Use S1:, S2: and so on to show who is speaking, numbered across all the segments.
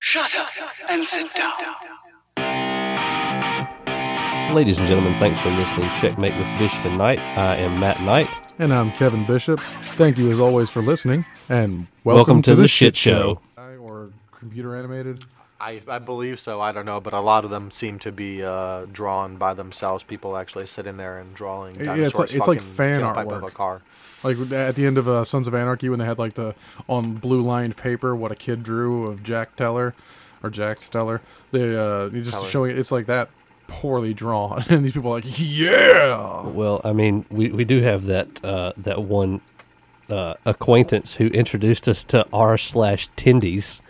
S1: Shut up and sit down.
S2: Ladies and gentlemen, thanks for listening. Checkmate with Bishop and Knight. I am Matt Knight.
S3: And I'm Kevin Bishop. Thank you as always for listening and welcome,
S2: Welcome to the shit
S3: Or computer animated.
S4: I, I believe so. I don't know, but a lot of them seem to be uh, drawn by themselves. People actually sit in there and drawing.
S3: Yeah,
S4: Dinosaurs
S3: it's like- it's like
S4: fucking
S3: fan
S4: tailpipe Of a
S3: artwork.
S4: car.
S3: Like with- at the end of uh, Sons of Anarchy when they had like the on blue lined paper what a kid drew of Jack Teller or Jack Steller. They uh you just
S4: Teller.
S3: showing it it's like that poorly drawn and these people are like yeah.
S2: Well, I mean, we, we do have that uh, that one uh, acquaintance who introduced us to r slash Tindies.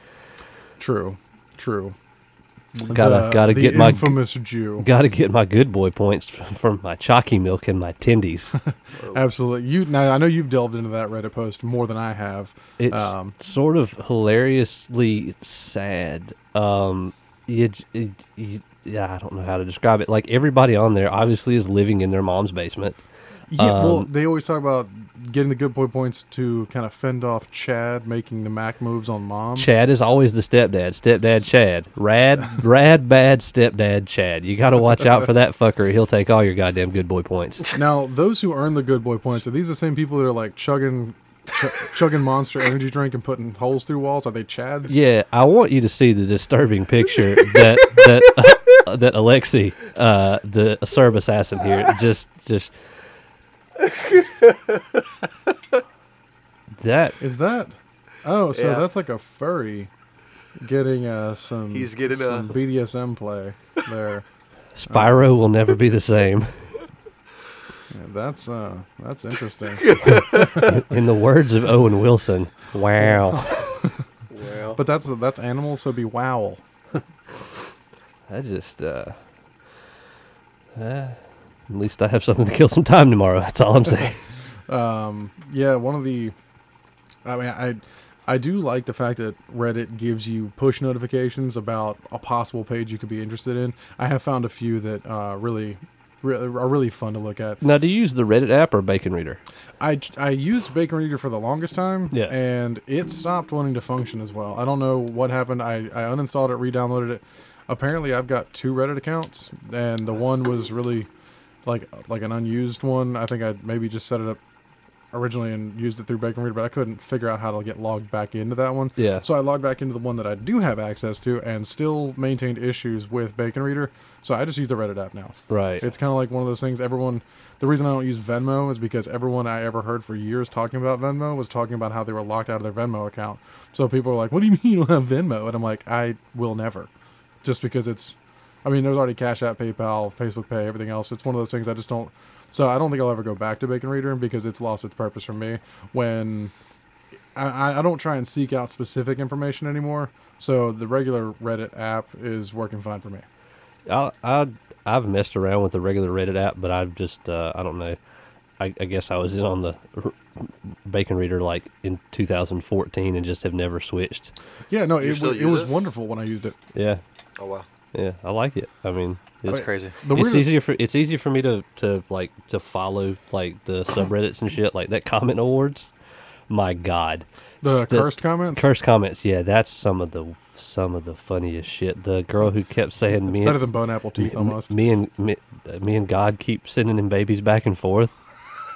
S3: True. True.
S2: Gotta
S3: The-
S2: gotta
S3: the
S2: get my
S3: infamous Jew.
S2: gotta get my good boy points from, from my chalky milk and my Tindies.
S3: Absolutely. You now I know you've delved into that Reddit post more than I have.
S2: It's
S3: Um,
S2: sort of hilariously sad. Um, you, j- it, you, yeah, I don't know how to describe it. Like everybody on there obviously is living in their mom's basement.
S3: Yeah, well,
S2: Um,
S3: they always talk about getting the good boy points to kind of fend off Chad making the Mac moves on mom.
S2: Chad is always the stepdad. Stepdad Chad. Rad, rad, bad stepdad Chad. You got to watch out for that fucker. He'll take all your goddamn good boy points.
S3: Now, those who earn the good boy points are these the same people that are like chugging, ch- chugging Monster Energy drink and putting holes through walls? Are they Chads?
S2: Yeah, I want you to see the disturbing picture that that uh, that Alexei, uh, the Serb assassin here, just just. That
S3: Is that? Oh, so
S4: Yeah.
S3: that's like a furry getting uh, some.
S4: He's getting, uh,
S3: some BDSM play there.
S2: Spyro will never be the same.
S3: Yeah, that's uh, that's interesting.
S2: In the words of Owen Wilson, wow.
S4: Well,
S3: but that's that's animal, so it'd be wow.
S2: I just, uh, uh, eh, at least I have something to kill some time tomorrow. That's all I'm saying.
S3: yeah one of the i mean i i do like the fact that reddit gives you push notifications about a possible page you could be interested in i have found a few that uh really re- are really fun to look at
S2: now, do you use the Reddit app or Bacon Reader?
S3: I, I used Bacon Reader for the longest time,
S2: Yeah.
S3: and it stopped wanting to function as well. I don't know what happened. I, I uninstalled it, re-downloaded it. Apparently, I've got two Reddit accounts, and the one was really like like an unused one. I think I maybe just set it up originally and used it through Bacon Reader, but I couldn't figure out how to get logged back into that one.
S2: Yeah.
S3: So I logged back into the one that I do have access to, and still maintained issues with Bacon Reader. So I just use the Reddit app now.
S2: Right.
S3: It's kind of like one of those things. Everyone, the reason I don't use Venmo is because everyone I ever heard for years talking about Venmo was talking about how they were locked out of their Venmo account. So people are like, "What do you mean you don't have Venmo?" And I'm like, "I will never," just because it's. I mean, there's already Cash App, PayPal, Facebook Pay, everything else. It's one of those things I just don't. So I don't think I'll ever go back to Bacon Reader because it's lost its purpose for me. When I, I- I don't try and seek out specific information anymore, so the regular Reddit app is working fine for me.
S2: I, I I've messed around with the regular Reddit app, but I've just uh, I don't know. I, I guess I was in on the r- Bacon Reader like in 2014 and just have never switched.
S3: Yeah, no,
S4: You
S3: it,
S4: still
S3: wa- it
S4: use
S3: was
S4: it?
S3: wonderful when I used it.
S2: Yeah,
S4: oh well,
S2: yeah, I like it. I mean,
S4: that's
S2: it's,
S4: crazy.
S3: The
S2: it's
S3: weirdest,
S2: easier for it's easier for me to to like to follow like the subreddits and shit like that comment awards. My God,
S3: the
S2: St-
S3: cursed comments.
S2: cursed comments. Yeah, that's some of the some of the funniest shit. The girl who kept saying me Mm-hmm.
S3: better
S2: and,
S3: than bone apple teeth almost.
S2: me and me, uh, me and God keep sending him babies back and forth.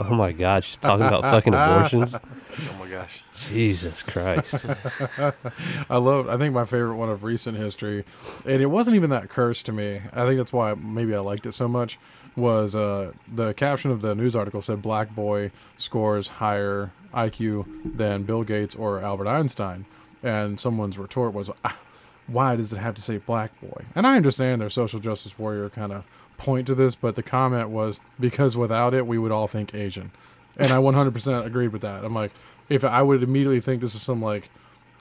S2: Oh my God, she's talking about fucking abortions.
S4: Oh my gosh.
S2: Jesus Christ.
S3: I love. I think my favorite one of recent history, and it wasn't even that cursed to me. I think that's why maybe I liked it so much. Was uh, the caption of the news article said "Black boy scores higher IQ than Bill Gates or Albert Einstein," and someone's retort was, "Ah, "Why does it have to say black boy?" And I understand their social justice warrior kind of point to this, but the comment was because without it, we would all think Asian, and I 100% agreed with that. I'm like, if I would immediately think this is some like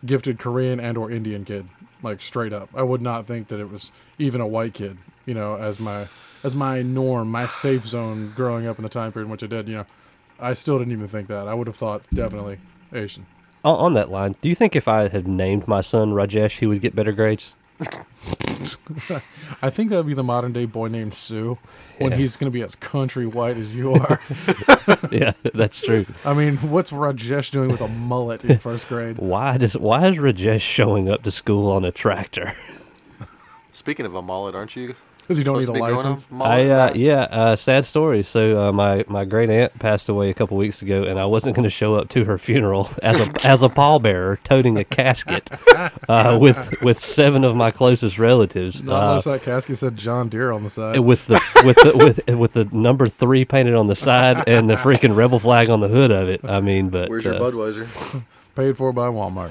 S3: gifted Korean and or Indian kid, like straight up. I would not think that it was even a white kid, you know, as my as my norm, my safe zone growing up in the time period in which I did, you know. I still didn't even think that. I would have thought definitely Asian.
S2: on, on that line, do you think if I had named my son Rajesh, he would get better grades?
S3: I think that would be the modern day boy named Sue when
S2: Yeah.
S3: he's going to be as country white as you are.
S2: yeah, that's true.
S3: I mean, what's Rajesh doing with a mullet in first grade?
S2: Why does why is Rajesh showing up to school on a tractor?
S4: Speaking of a mullet, aren't you?
S3: Because you don't
S4: supposed
S3: need
S4: to
S3: a
S4: be growing
S3: license.
S4: mullet
S2: I uh,
S4: back?
S2: yeah, uh, sad story. So uh, my my great aunt passed away a couple weeks ago, and I wasn't going to show up to her funeral as a as a pallbearer, toting a casket uh, with with seven of my closest relatives.
S3: Not
S2: uh,
S3: unless that casket said John Deere on the side.
S2: with the with the with with the number three painted on the side and the freaking rebel flag on the hood of it. I mean, but
S4: Where's your
S2: uh,
S4: Budweiser?
S3: paid for by Walmart.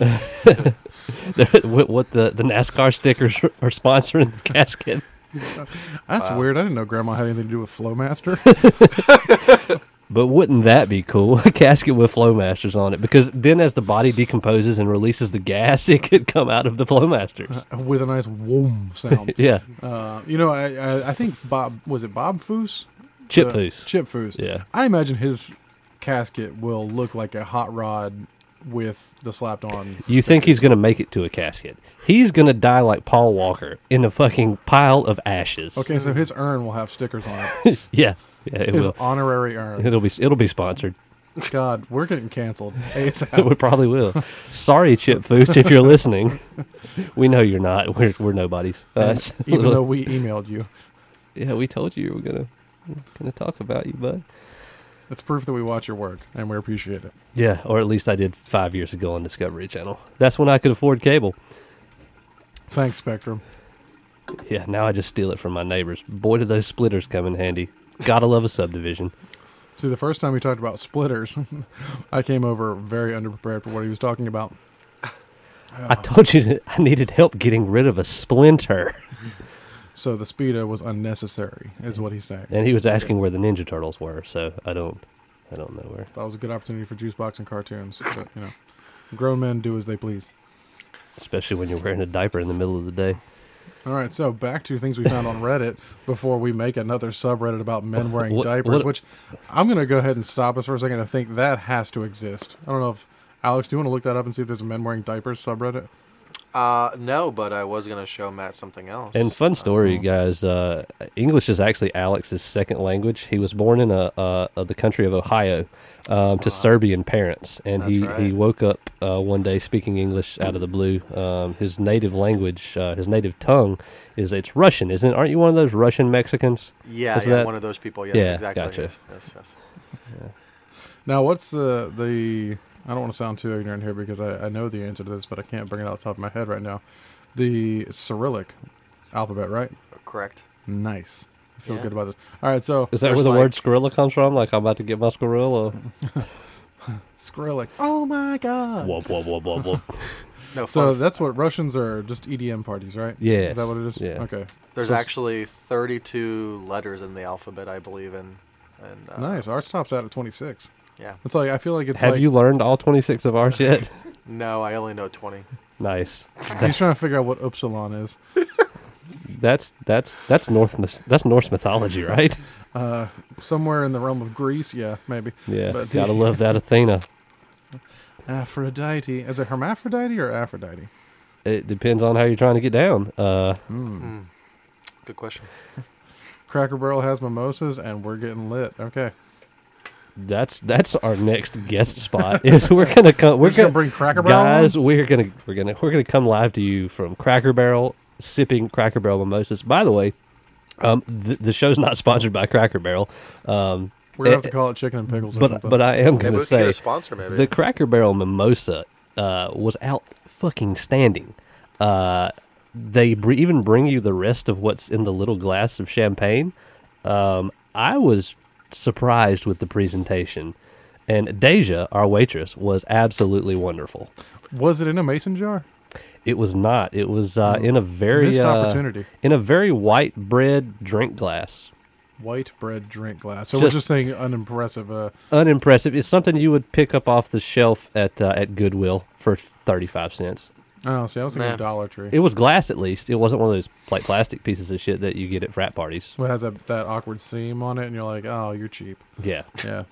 S2: what, what the the NASCAR stickers are sponsoring the casket?
S3: That's weird. I didn't know Grandma had anything to do with Flowmaster.
S2: But wouldn't that be cool? A casket with flowmasters on it, because then as the body decomposes and releases the gas, it could come out of the flowmasters.
S3: Uh, with a nice whoom sound.
S2: Yeah,
S3: Uh, you know, I, I I think Bob was it Bob Foose?
S2: chip
S3: The-
S2: foos.
S3: Chip Foose.
S2: Yeah.
S3: I imagine his casket will look like a hot rod with the slapped on.
S2: You think he's gonna make it to a casket? He's gonna die like Paul Walker in a fucking pile of ashes.
S3: Okay, so his urn will have stickers on it.
S2: Yeah, yeah, it
S3: His
S2: will.
S3: honorary urn.
S2: It'll be it'll be sponsored.
S3: God, we're getting canceled ASAP.
S2: we probably will. Sorry, Chip Foose, if you're listening. We know you're not. We're, we're nobodies. Uh, it's a
S3: Even
S2: little-
S3: though we emailed you,
S2: yeah, we told you we were gonna gonna talk about you, bud.
S3: it's proof that we watch your work and we appreciate it.
S2: Yeah, or at least I did five years ago on Discovery Channel. That's when I could afford cable.
S3: Thanks, Spectrum.
S2: Yeah, now I just steal it from my neighbors. Boy, did those splitters come in handy. Gotta love a subdivision.
S3: See, the first time we talked about splitters, I came over very underprepared for what he was talking about.
S2: I told you that I needed help getting rid of a splinter,
S3: So the speedo was unnecessary, is what he's saying.
S2: and he was asking where the Ninja Turtles were. So I don't, I don't know where.
S3: That was a good opportunity for juice box and cartoons, but you know, grown men do as they please.
S2: Especially when you're wearing a diaper in the middle of the day.
S3: All right, so back to things we found on Reddit before we make another subreddit about men wearing
S2: What-
S3: diapers,
S2: what-
S3: which I'm going to go ahead and stop us for a second to think that has to exist. I don't know if Alex, do you want to look that up and see if there's a men wearing diapers subreddit?
S4: Uh, no, but I was gonna show Matt something else. Um,
S2: And fun story,
S4: Uh-huh.
S2: guys. Uh, English is actually Alex's second language. He was born in a, uh, uh, the country of Ohio um, to Serbian parents, and he,
S4: Uh-huh. That's
S2: he
S4: right.
S2: woke up uh, one day speaking English out of the blue. Um, his native language, uh, his native tongue, is it's Russian, isn't? it? Aren't you one of those Russian Mexicans?
S4: yeah,
S2: Is
S4: yeah,
S2: that-
S4: one of those people. Yes,
S2: Yeah,
S4: exactly.
S2: gotcha.
S4: Yes, yes, yes.
S3: Now, what's the the? I don't want to sound too ignorant here because I, I know the answer to this, but I can't bring it off the top of my head right now. The Cyrillic alphabet, right?
S4: Oh, Correct.
S3: Nice. I feel
S4: Yeah.
S3: good about this. All right, so
S2: Is that
S4: There's
S2: where the
S4: like-
S2: word "scorilla" comes from? Like I'm about to get my scorilla.
S3: Skrillex. Oh my god.
S2: whoop whoop whoop whoop whoop.
S4: No,
S3: So
S4: fun,
S3: that's what Russians are just EDM parties, right?
S2: Yes.
S3: Is that what it is?
S2: Yeah.
S3: Okay.
S4: there's
S3: so-
S4: actually 32 letters in the alphabet, I believe, and and uh,
S3: Nice. Ours tops out at 26.
S4: Yeah.
S3: It's like I feel like it's
S2: Have
S3: like
S2: you learned all 26 of ours yet?
S4: No, I only know 20.
S2: nice.
S3: he's trying to figure out what upsilon is.
S2: That's that's that's North myth- that's Norse mythology, right?
S3: Uh, somewhere in the realm of Greece, yeah, maybe.
S2: Yeah,
S3: But
S2: gotta love that Athena.
S3: Aphrodite. Is it hermaphrodite or Aphrodite?
S2: It depends on how you're trying to get down. Uh,
S4: Mm. Good question.
S3: Hmm. Cracker Barrel has mimosas, and we're getting lit. Okay.
S2: that's that's our next guest spot. Is we're gonna come. We're
S3: We're just gonna
S2: gonna,
S3: bring Cracker Barrel.
S2: guys.
S3: on?
S2: We're gonna we're gonna we're gonna come live to you from Cracker Barrel, sipping Cracker Barrel mimosas. By the way, um, th- the show's not sponsored by Cracker Barrel. Um,
S3: we're gonna have
S2: eh,
S3: to call it chicken and pickles. or
S2: but
S3: something.
S2: but I am
S4: Maybe
S2: gonna
S4: we can
S2: say
S4: get a sponsor, maybe.
S2: The Cracker Barrel mimosa uh, was out fucking standing. Uh, they br- even bring you the rest of what's in the little glass of champagne. Um, I was surprised with the presentation, and Deja, our waitress, was absolutely wonderful.
S3: was it in a mason jar?
S2: It was not. It was uh, in a very
S3: Mm. Missed
S2: uh,
S3: opportunity.
S2: in a very white bread drink glass.
S3: White bread drink glass. So
S2: Just-
S3: we're just saying unimpressive. Uh,
S2: Unimpressive. It's something you would pick up off the shelf at uh, at Goodwill for thirty five cents.
S3: Oh, see, I was thinking
S4: Nah.
S3: Dollar Tree.
S2: It was glass, at least. It wasn't one of those like plastic pieces of shit that you get at frat parties.
S3: It has that, that awkward seam on it, and you're like, oh, you're cheap.
S2: Yeah,
S3: Yeah.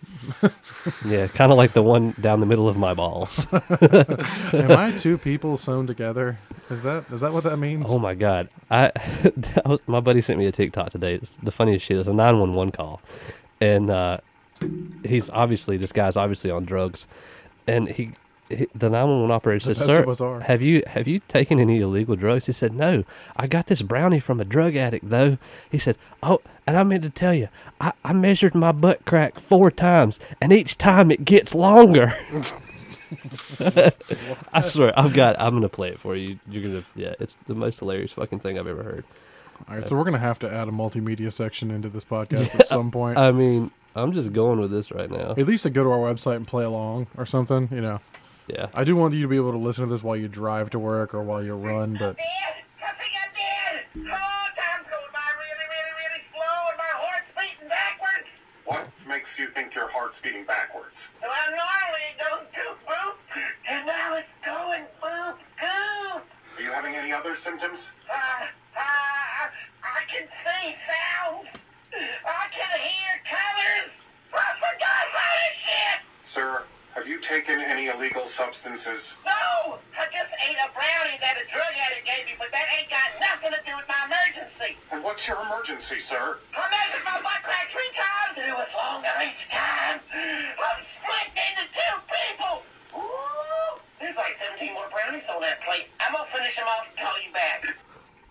S2: yeah, kind of like the one down the middle of my balls.
S3: Am I two people sewn together? Is that is that what that means?
S2: Oh my god! I, that was, my buddy sent me a TikTok today. It's the funniest shit. It's a nine one one call, and uh, he's obviously this guy's obviously on drugs, and he, he the nine one one operator says,
S3: best of
S2: "Sir,
S3: us are."
S2: have you have you taken any illegal drugs?" He said, "No, I got this brownie from a drug addict though." He said, "Oh, and I meant to tell you, I, I measured my butt crack four times, and each time it gets longer." I swear, I've got. I'm gonna play it for you. You're gonna, yeah. It's the most hilarious fucking thing I've ever heard.
S3: All right, so we're gonna have to add a multimedia section into this podcast at some point.
S2: I mean, I'm just going with this right now.
S3: at least to go to our website and play along or something. You know,
S2: Yeah,
S3: I do want you to be able to listen to this while you drive to work or while you run, but
S5: Something I did! Oh, time's going by really, really, really slow and my heart's beating backwards.
S6: What makes you think your heart's beating backwards?
S5: Well, normally it goes goop boop, and now it's going boop goop.
S6: Are you having any other symptoms?
S5: Uh, uh, I can see sounds. I can hear colors. I forgot about this shit.
S6: Sir, have you taken any illegal substances?
S5: No, I just ate a brownie that a drug addict gave me, but that ain't got nothing to do with my emergency.
S6: And what's your emergency, sir?
S5: I measured my butt crack three times and it was longer each time. I'm split into two people. Ooh, there's like 17 more brownies on that plate. I'm gonna finish them off and call you back.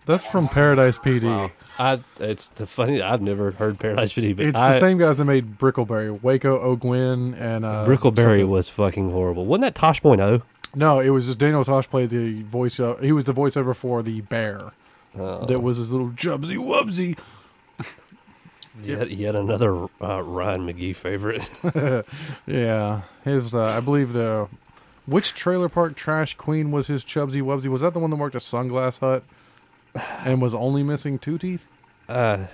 S3: that's from Paradise PD.
S2: I. It's the funny. I've never heard Paradise PD, but
S3: It's
S2: I,
S3: the same guys that made Brickleberry, Waco O'Gwen, and uh,
S2: Brickleberry
S3: something-
S2: was fucking horrible. Wasn't that Tosh Point O?
S3: No, it was just Daniel Tosh played the voice. Uh, he was the voiceover for the bear.
S2: Oh.
S3: That was his little jubsy wubsy.
S2: Yet, yet another uh, Ryan McGee favorite.
S3: Yeah, his. Uh, I believe the which trailer park trash queen was his chubsy wubsy. Was that the one that worked at Sunglass Hut and was only missing two teeth?
S2: I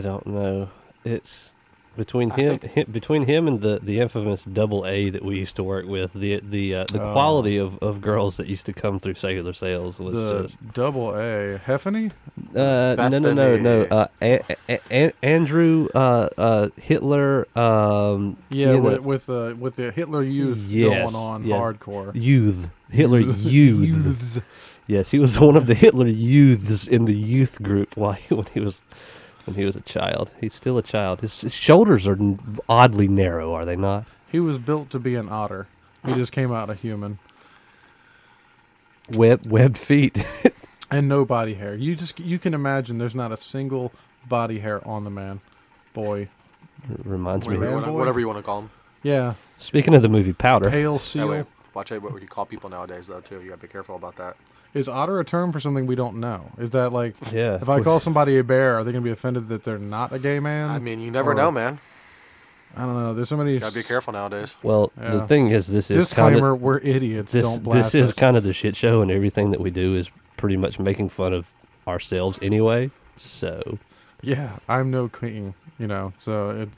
S2: don't know. It's between him, him between him and the, the infamous double A that we used to work with. The the uh, the quality of, of girls that used to come through secular sales was
S3: The
S2: just
S3: double A Heffany.
S2: Uh, no, no, no, no.
S4: Bethany.
S2: Uh, a- a- a- Andrew uh, uh, Hitler. Um,
S3: Yeah,
S2: you
S3: with
S2: know,
S3: with, uh, with the Hitler Youth
S2: yes,
S3: going on
S2: yeah.
S3: hardcore.
S2: Youth. Hitler Youth.
S3: Youths.
S2: Yes, he was one of the Hitler Youths in the youth group while he, when he was when he was a child. He's still a child. His, his shoulders are n- oddly narrow, are they not?
S3: He was built to be an otter. He just came out a human
S2: Web webbed feet.
S3: and no body hair. You just you can imagine there's not a single body hair on the man. Boy,
S2: Reminds me.
S4: Whatever you, wanna,
S3: Fanboy?
S4: whatever you want to call them.
S3: yeah,
S2: Speaking of the movie Powder,
S3: pale
S4: That way,
S3: seal.
S4: watch out what you call people nowadays, though, too. You got to be careful about that.
S3: Is otter a term for something we don't know? Is that like
S2: Yeah.
S3: If I call somebody a bear, are they going to be offended that they're not a gay
S2: Um,
S3: man?
S4: I mean, you never
S3: Or-
S4: know, man.
S3: I don't know. There's so many.
S4: You got to be careful nowadays.
S2: well,
S3: Yeah.
S2: the thing is, this is
S3: Disclaimer:
S2: kind of
S3: We're idiots.
S2: this,
S3: don't blast
S2: this is
S3: us.
S2: kind of the shit show, and everything that we do is pretty much making fun of ourselves anyway. So,
S3: yeah, I'm no king. You know, so it,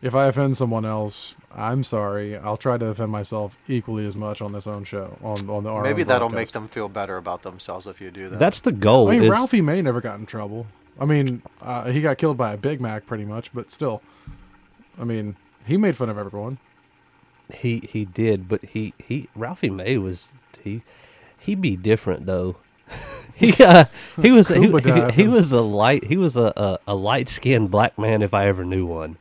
S3: if I offend someone else, I'm sorry. I'll try to offend myself equally as much on this own show. On on the our
S4: Maybe
S3: own
S4: that'll
S3: podcast.
S4: make them feel better about themselves if you do that.
S2: that's the goal.
S3: I mean,
S2: is-
S3: Ralphie May never got in trouble. I mean, uh, he got killed by a Big Mac, pretty much, but still, I mean, he made fun of everyone.
S2: He he did, but he he Ralphie May was he he be different though. he uh, he was he,
S3: Scuba
S2: he, he
S3: diving.
S2: was a light he was a a, a light skinned black man if I ever knew one.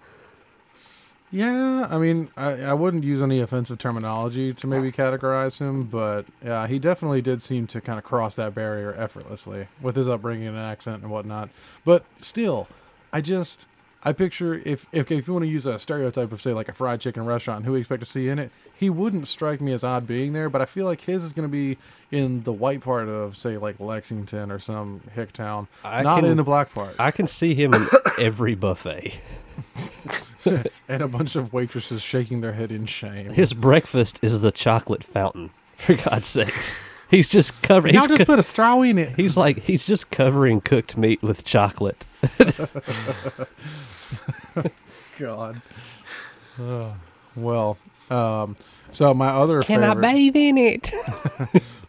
S3: Yeah, I mean, I, I wouldn't use any offensive terminology to
S2: Ah.
S3: maybe categorize him, but yeah, he definitely did seem to kind of cross that barrier effortlessly with his upbringing and accent and whatnot. But still, I just I picture if if, if you want to use a stereotype of say like a fried chicken restaurant, who we expect to see in it, he wouldn't strike me as odd being there. But I feel like his is going to be in the white part of say like Lexington or some hick town,
S2: I
S3: not
S2: can-
S3: in the black part.
S2: I can see him in every buffet.
S3: and a bunch of waitresses shaking their head in shame.
S2: His breakfast is the chocolate fountain. For God's sakes, he's just covering.
S3: Y'all
S2: He's,
S3: just
S2: co-
S3: put a straw in it.
S2: he's like he's just covering cooked meat with chocolate.
S3: God. well, um, so my other favorite,
S2: bathe in it?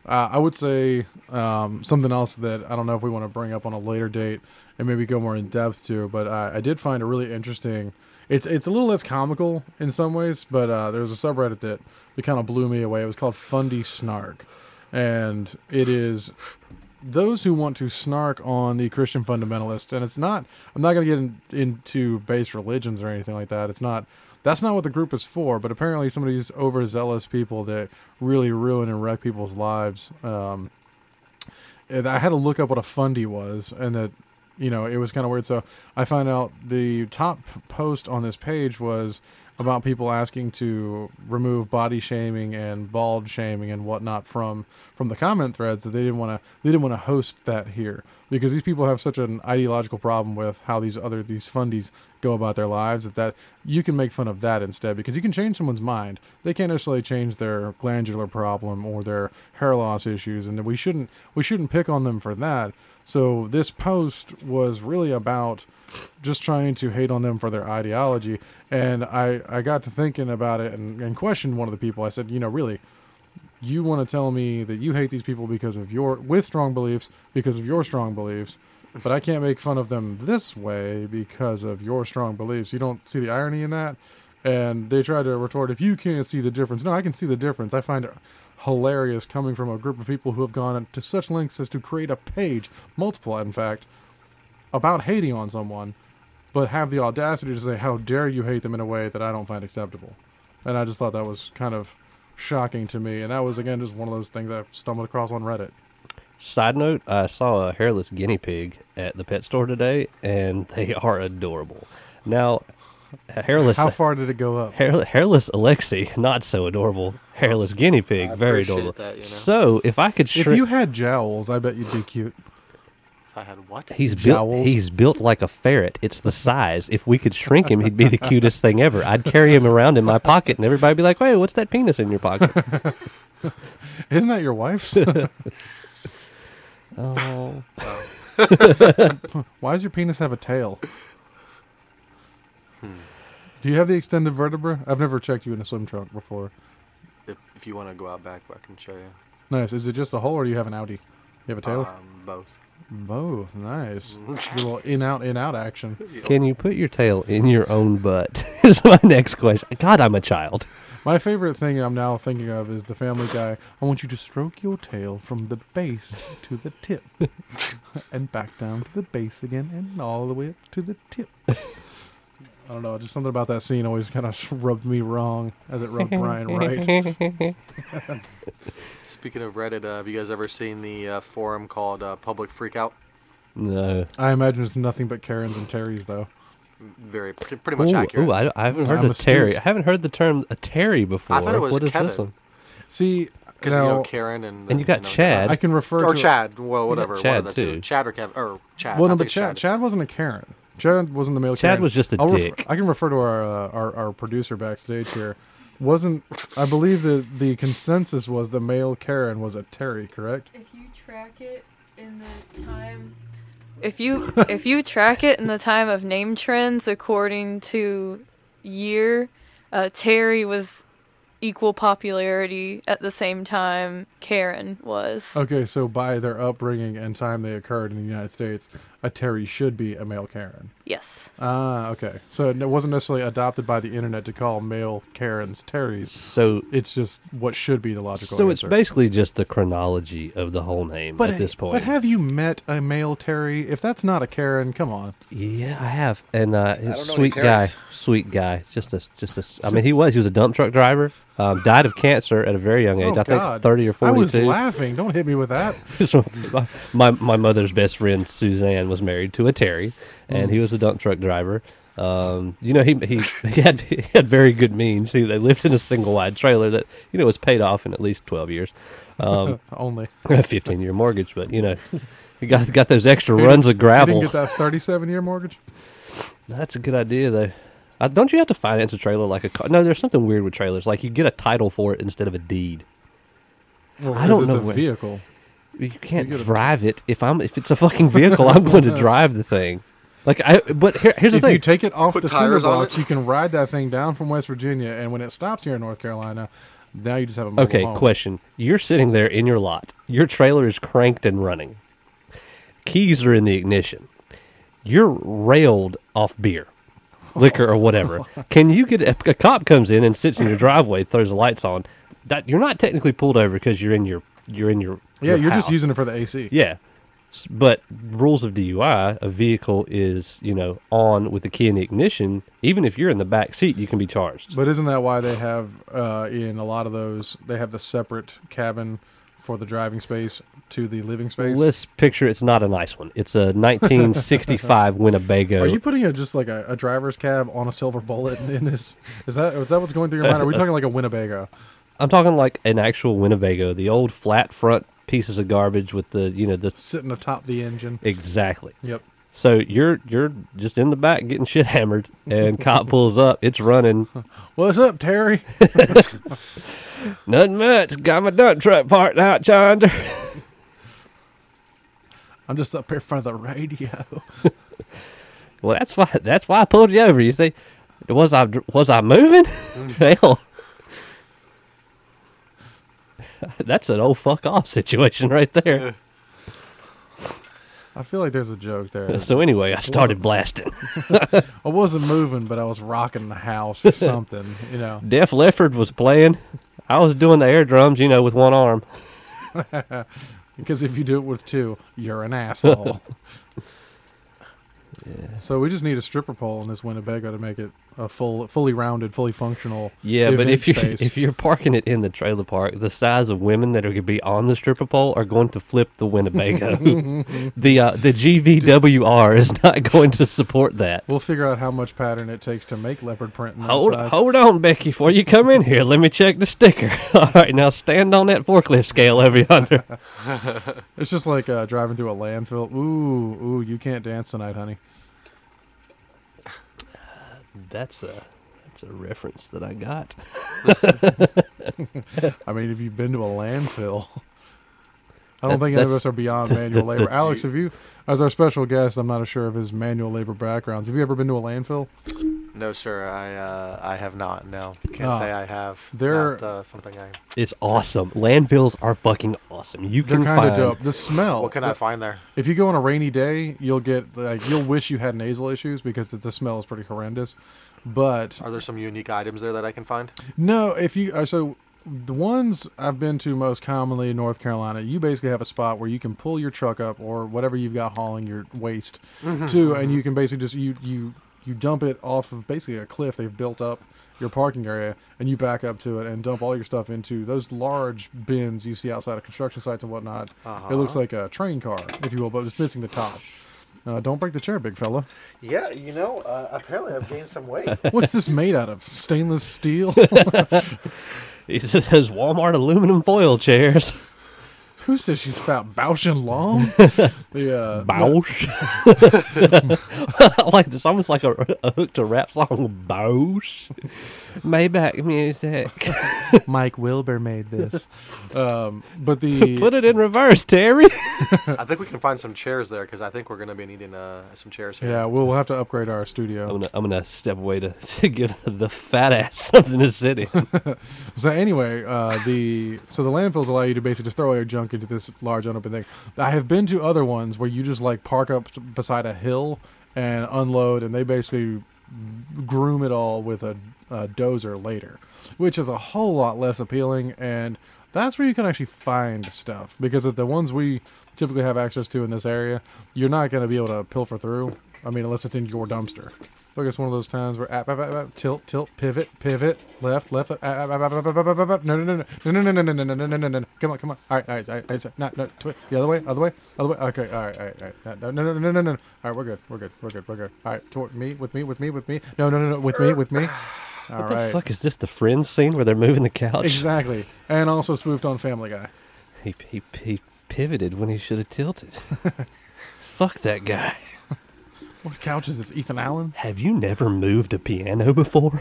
S3: Uh, I would say um, something else that I don't know if we want to bring up on a later date and maybe go more in depth to, but uh, I did find a really interesting. It's it's a little less comical in some ways, but uh, there was a subreddit that that kind of blew me away. It was called Fundy Snark, and it is those who want to snark on the Christian fundamentalists, and it's not. I'm not going to get in, into base religions or anything like that. It's not. That's not what the group is for. But apparently, some of these overzealous people that really ruin and wreck people's lives. Um, and uh, I had to look up what a fundy was, and that you know it was kind of weird. So I found out the top post on this page was about people asking to remove body shaming and bald shaming and whatnot from from the comment threads that they didn't want to they didn't want to host that here because these people have such an ideological problem with how these other these fundies go about their lives that that you can make fun of that instead because you can change someone's mind they can't necessarily change their glandular problem or their hair loss issues and we shouldn't we shouldn't pick on them for that so this post was really about just trying to hate on them for their ideology. And I, I got to thinking about it and, and questioned one of the people. I said, you know, really, you want to tell me that you hate these people because of your with strong beliefs because of your strong beliefs, but I can't make fun of them this way because of your strong beliefs. You don't see the irony in that. And they tried to retort, if you can't see the difference, no, I can see the difference. I find it hilarious coming from a group of people who have gone to such lengths as to create a page, multiple, in fact, about hating on someone, but have the audacity to say, "How dare you hate them in a way that I don't find acceptable," and I just thought that was kind of shocking to me. And that was again just one of those things I stumbled across on Reddit.
S2: Side note, I saw a hairless guinea pig at the pet store today, and they are adorable. Now, a hairless,
S3: How far did it go up?
S2: hair, hairless Alexi, not so adorable. Hairless guinea pig, very
S4: appreciate
S2: adorable.
S4: that, you know.
S2: So, if I could
S3: If
S2: shrink,
S3: you had jowls, I bet you'd be cute.
S4: If I had what?
S2: he's built,
S3: jowls.
S2: he's built like a ferret. It's the size. If we could shrink him, he'd be the cutest thing ever. I'd carry him around in my pocket, and everybody'd be like, "Hey, what's that penis in your pocket?"
S3: Isn't that your wife's?
S2: oh,
S3: Why does your penis have a tail? Do you have the extended vertebra? I've never checked you in a swim trunk before.
S4: If, if you want to go out back, I can show you.
S3: Nice. Is it just a hole, or do you have an outie? You have a
S2: Oh.
S3: tail.
S4: Um, both.
S3: Both. Nice. little in out in out action.
S2: can you put your tail in your own butt? is my next question. God, I'm a child.
S3: My favorite thing I'm now thinking of is the Family Guy. I want you to stroke your tail from the base to the tip, and back down to the base again, and all the way up to the tip. I don't know. Just something about that scene always kind of rubbed me wrong, as it rubbed Brian right.
S4: Speaking of Reddit, uh, have you guys ever seen the uh, forum called uh, Public Freakout?
S2: No.
S3: I imagine it's nothing but Karens and Terrys, though.
S4: Very pretty, pretty much
S2: Ooh,
S4: accurate.
S2: ooh, I, I haven't heard
S3: Mm, I'm
S2: of Terry.
S3: astute.
S2: I haven't heard the term a Terry before.
S4: thought it was
S2: what is this
S4: Kevin.
S2: one?
S3: See,
S4: Because you know
S3: now
S4: Karen and
S2: And you got Chad.
S3: I can refer
S4: or
S3: to
S4: Chad. Well, whatever.
S2: Chad,
S4: one of the two.
S2: too.
S4: Chad or Kevin or Chad.
S3: Well,
S4: I
S3: no,
S4: think
S3: but
S4: it's
S3: Chad, Chad wasn't a Karen. Chad wasn't the male.
S2: Chad
S3: Karen.
S2: was just a
S3: I'll refer-
S2: dick.
S3: I can refer to our, uh, our our producer backstage here. Wasn't I believe that the consensus was the male Karen was a Terry, correct?
S7: If you track it in the time. If you if you track it in the time of name trends according to year, uh, Terry was equal popularity at the same time Karen was.
S3: Okay, so by their upbringing and time they occurred in the United States, a Terry should be a male Karen.
S7: Yes.
S3: Ah, okay. So it wasn't necessarily adopted by the internet to call male Karens Terrys.
S2: So,
S3: It's just what should be the logical.
S2: so it's
S3: answer.
S2: basically just the chronology of the whole name
S3: But
S2: at this point.
S3: But have you met a male Terry? If that's not a Karen, come on.
S2: yeah, I have. And uh,
S4: know any
S2: sweet guy,
S4: Terrys.
S2: sweet guy. Just a, just a. I mean, he was. He was a dump truck driver. Um, died of cancer at a very young age.
S3: Oh,
S2: I think
S3: God.
S2: thirty or
S3: I was
S2: forty-two.
S3: laughing. Don't hit me with that.
S2: my my mother's best friend Suzanne was married to a Terry, and
S3: Mm.
S2: he was a dump truck driver. Um, you know, he he, he had he had very good means. He, they lived in a single wide trailer that you know was paid off in at least twelve years, um,
S3: Only
S2: a fifteen year mortgage. But you know, he got got those extra
S3: He
S2: runs
S3: didn't-
S2: of
S3: You
S2: gravel.
S3: didn't get that thirty-seven year mortgage.
S2: That's a good idea though. Uh, don't you have to finance a trailer like a car? No, there's something weird with trailers. Like you get a title for it instead of a deed.
S3: Well,
S2: I
S3: 'cause
S2: don't
S3: it's
S2: know
S3: a
S2: where-
S3: vehicle.
S2: You can't
S3: get a-
S2: drive it. If I'm if it's a fucking vehicle, I'm going to drive the thing. Like I, but here, here's the
S3: If you
S2: thing.
S3: take it off
S4: Put
S3: the cinder
S4: tires on
S3: blocks,
S4: it.
S3: you can ride that thing down from West Virginia, and when it stops here in North Carolina, Now you just have a mobile
S2: Okay,
S3: home.
S2: question. You're sitting there in your lot. Your trailer is cranked and running. Keys are in the ignition. You're railed off beer, liquor, or whatever. Can you get a, a cop comes in and sits in your driveway, throws the lights on? That you're not technically pulled over because you're in your you're in your
S3: Yeah,
S2: your
S3: you're just
S2: house.
S3: using it for the AC.
S2: yeah. S- But rules of DUI, a vehicle is you know on with the key in the ignition. Even if you're in the back seat, you can be charged.
S3: But isn't that why they have uh, in a lot of those they have the separate cabin for the driving space to the living space?
S2: Let's picture it's not a nice one. It's a 1965 Winnebago.
S3: Are you putting a, just like a, a driver's cab on a silver bullet in this? Is that is that what's going through your mind? Are we talking like a Winnebago?
S2: I'm talking like an actual Winnebago, the old flat front pieces of garbage with the you know the
S3: sitting atop the engine.
S2: exactly.
S3: Yep.
S2: So you're you're just in the back getting shit hammered, and cop pulls up. It's running.
S3: What's up, Terry?
S2: Nothing much. Got my dump truck parked out yonder.
S3: I'm just up here for the radio.
S2: Well, that's why that's why I pulled you over. You see, was I was I moving? Hell, that's an old fuck off situation right there.
S3: I feel like there's a joke there.
S2: So anyway, I started blasting.
S3: I wasn't moving, but I was rocking the house or something. You know,
S2: Def Leppard was playing. I was doing the air drums, you know, with one arm.
S3: because if you do it with two, you're an asshole. So we just need a stripper pole in this Winnebago to make it a full, fully rounded, fully functional.
S2: Yeah, but
S3: event
S2: if you
S3: space.
S2: if you're parking it in the trailer park, the size of women that are going to be on the stripper pole are going to flip the Winnebago. the uh, the GVWR is not going to support that.
S3: we'll figure out how much pattern it takes to make leopard print. In that
S2: Hold,
S3: size.
S2: hold on, Becky, before you come in here, let me check the sticker. All right, now stand on that forklift scale over yonder.
S3: It's just like uh, driving through a landfill. Ooh, ooh, you can't dance tonight, honey.
S2: That's a that's a reference that I got.
S3: I mean, if you've been to a landfill, I
S2: That-
S3: don't think any of
S2: that's-
S3: us are beyond manual labor. Alex, have you, as our special guest, I'm not sure of his manual labor backgrounds. Have you ever been to a landfill?
S4: No, sir. I uh, I have not. No, can't
S3: Ah.
S4: say I have. It's
S3: They're-
S4: not, uh, something I.
S2: It's awesome. Landfills are fucking awesome. You
S3: They're
S2: can
S3: kind
S2: find
S3: of dope. The smell.
S4: What can I find there?
S3: If you go on a rainy day, you'll get like you'll wish you had nasal issues because the smell is pretty horrendous. But
S4: Are there some unique items there that I can find?
S3: No, if you uh, so the ones I've been to most commonly in North Carolina, you basically have a spot where you can pull your truck up or whatever you've got hauling your waste to, and you can basically just you you you dump it off of basically a cliff they've built up your parking area, and you back up to it and dump all your stuff into those large bins you see outside of construction sites and whatnot. It looks like a train car, if you will, but it's missing the top. Uh, don't break the chair, big fella.
S4: Yeah, you know, uh, apparently I've gained some weight.
S3: What's this made out of? Stainless steel?
S2: It's those Walmart aluminum foil chairs.
S3: Who says she's fat? Bausch and Long? uh, yeah.
S2: Bausch. I like this. Almost like a, a hook to rap song. Bausch. Maybach music.
S3: Mike Wilbur made this. um, but the
S2: Put it in reverse, Terry.
S4: I think we can find some chairs there because I think we're going to be needing uh, some chairs here.
S3: yeah, we'll have to upgrade our
S2: I'm
S3: studio.
S2: gonna, I'm gonna step away to, to give the fat ass something to sit in.
S3: So anyway, uh, the so the landfills allow you to basically just throw all your junk into this large unopened thing. I have been to other ones where you just like park up beside a hill and unload, and they basically groom it all with a, a dozer later, which is a whole lot less appealing. And that's where you can actually find stuff because of the ones we typically have access to in this area, you're not going to be able to pilfer through. I mean, unless it's in your dumpster. Look, it's one of those times where app, app, app, app, tilt, tilt, pivot, pivot, left, left, uh, app, app, app, app, app, app, app, app, app. uh, No, no, no, no, no, no, no, no, no, no, no, no, no, no, no. Come on, come on. All right, all right, all right, all right. Not, no, twi- the other way, other way, other way. Okay, all right, all right, all right. No, no, no, no, no, no. All right, we're good, we're good, we're good, we're good. All right, toward me, with me, with me, with me. No, no, no, no, with me, with me. All
S2: What the
S3: right.
S2: fuck is this? The Friends scene where they're moving the couch?
S3: Exactly. And also spoofed on Family Guy.
S2: He, he, he pivoted when he should have tilted. fuck that guy.
S3: What couch is this, Ethan Allen?
S2: Have you never moved a piano before?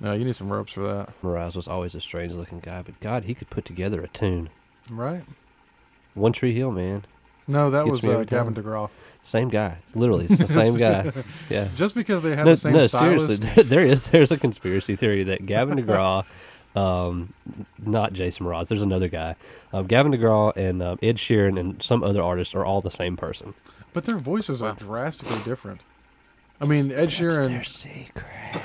S3: No, you need some ropes for that.
S2: Mraz was always a strange looking guy, but God, he could put together a tune.
S3: Right?
S2: One Tree Hill, man.
S3: No, that
S2: Gets
S3: was
S2: me
S3: uh,
S2: every time.
S3: Gavin DeGraw.
S2: Same guy. Literally, it's the same guy. Yeah.
S3: Just because they had
S2: No,
S3: the same
S2: no
S3: stylist,
S2: seriously. There is there's a conspiracy theory that Gavin DeGraw um, not Jason Mraz. There's another guy. Um, Gavin DeGraw and um, Ed Sheeran and some other artists are all the same person.
S3: But their voices are drastically different. I mean, Ed Sheeran.
S2: secret.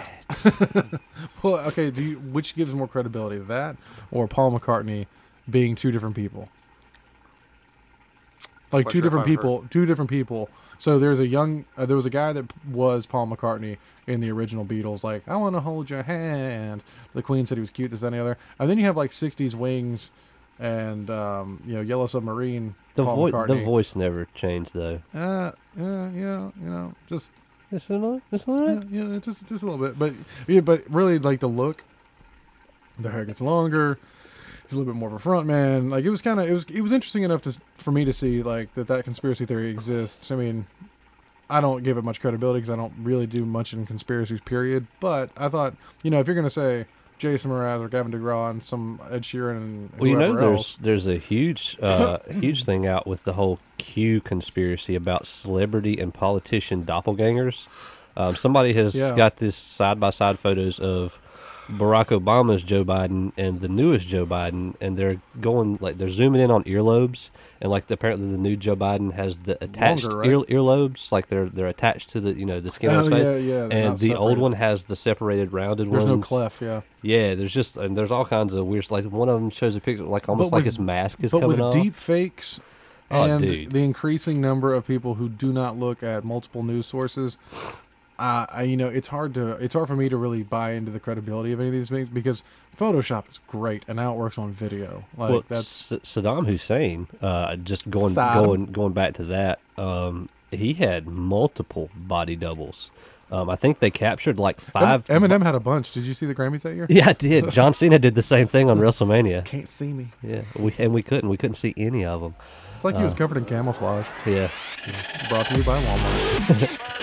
S3: Well, okay, do you, which gives more credibility, that or Paul McCartney being two different people? Like
S4: Not
S3: two
S4: sure if
S3: different
S4: I've
S3: people, two different people. So there's a young, uh, there was a guy that was Paul McCartney in the original Beatles. Like, I want to hold your hand. The Queen said he was cute. This that, and the other, and then you have like '60s Wings, and um, you know Yellow Submarine.
S2: The,
S3: Paul
S2: vo- the
S3: McCartney.
S2: voice never changed, though.
S3: Uh, yeah, yeah, you know, just
S2: It's another, it's another.
S3: yeah, yeah, just just a little bit, but yeah, but really like the look, the hair gets longer. He's a little bit more of a front man. Like it was kind of it was it was interesting enough to for me to see like that that conspiracy theory exists. I mean, I don't give it much credibility because I don't really do much in conspiracies. Period. But I thought you know if you're gonna say Jason Mraz or Gavin DeGraw and some Ed Sheeran and
S2: Well, you know,
S3: whoever
S2: there's
S3: else,
S2: there's a huge uh, huge thing out with the whole Q conspiracy about celebrity and politician doppelgangers. Um, somebody has
S3: Yeah.
S2: got this side by side photos of Barack Obama's Joe Biden and the newest Joe Biden, and they're going like they're zooming in on earlobes, and like apparently the new Joe Biden has the attached
S3: Longer, right?
S2: ear, earlobes, like they're they're attached to the you know the skin of
S3: Oh,
S2: his face,
S3: yeah, yeah, they're
S2: and
S3: not
S2: the old
S3: separated.
S2: one has the separated rounded
S3: there's
S2: ones.
S3: no clef, yeah.
S2: Yeah, there's just and there's all kinds of weird. Like one of them shows a picture, like almost
S3: But
S2: like
S3: with-
S2: his mask is
S3: but
S2: coming
S3: with
S2: off.
S3: deep fakes
S2: Oh,
S3: and
S2: dude.
S3: the increasing number of people who do not look at multiple news sources uh, I, you know it's hard to it's hard for me to really buy into the credibility of any of these things because photoshop is great and now it works on video like
S2: well,
S3: that's
S2: S- Saddam Hussein. Uh, just going
S3: Saddam.
S2: going going back to that. Um, he had multiple body doubles. Um, I think they captured like
S3: Em-
S2: five.
S3: eminem had a bunch did you see the grammys that year
S2: Yeah, I did. John Cena did the same thing on WrestleMania.
S3: can't see me
S2: Yeah, we and we couldn't we couldn't see any of them.
S3: it's like he
S2: Uh.
S3: was covered in camouflage
S2: Yeah.
S3: brought to you by walmart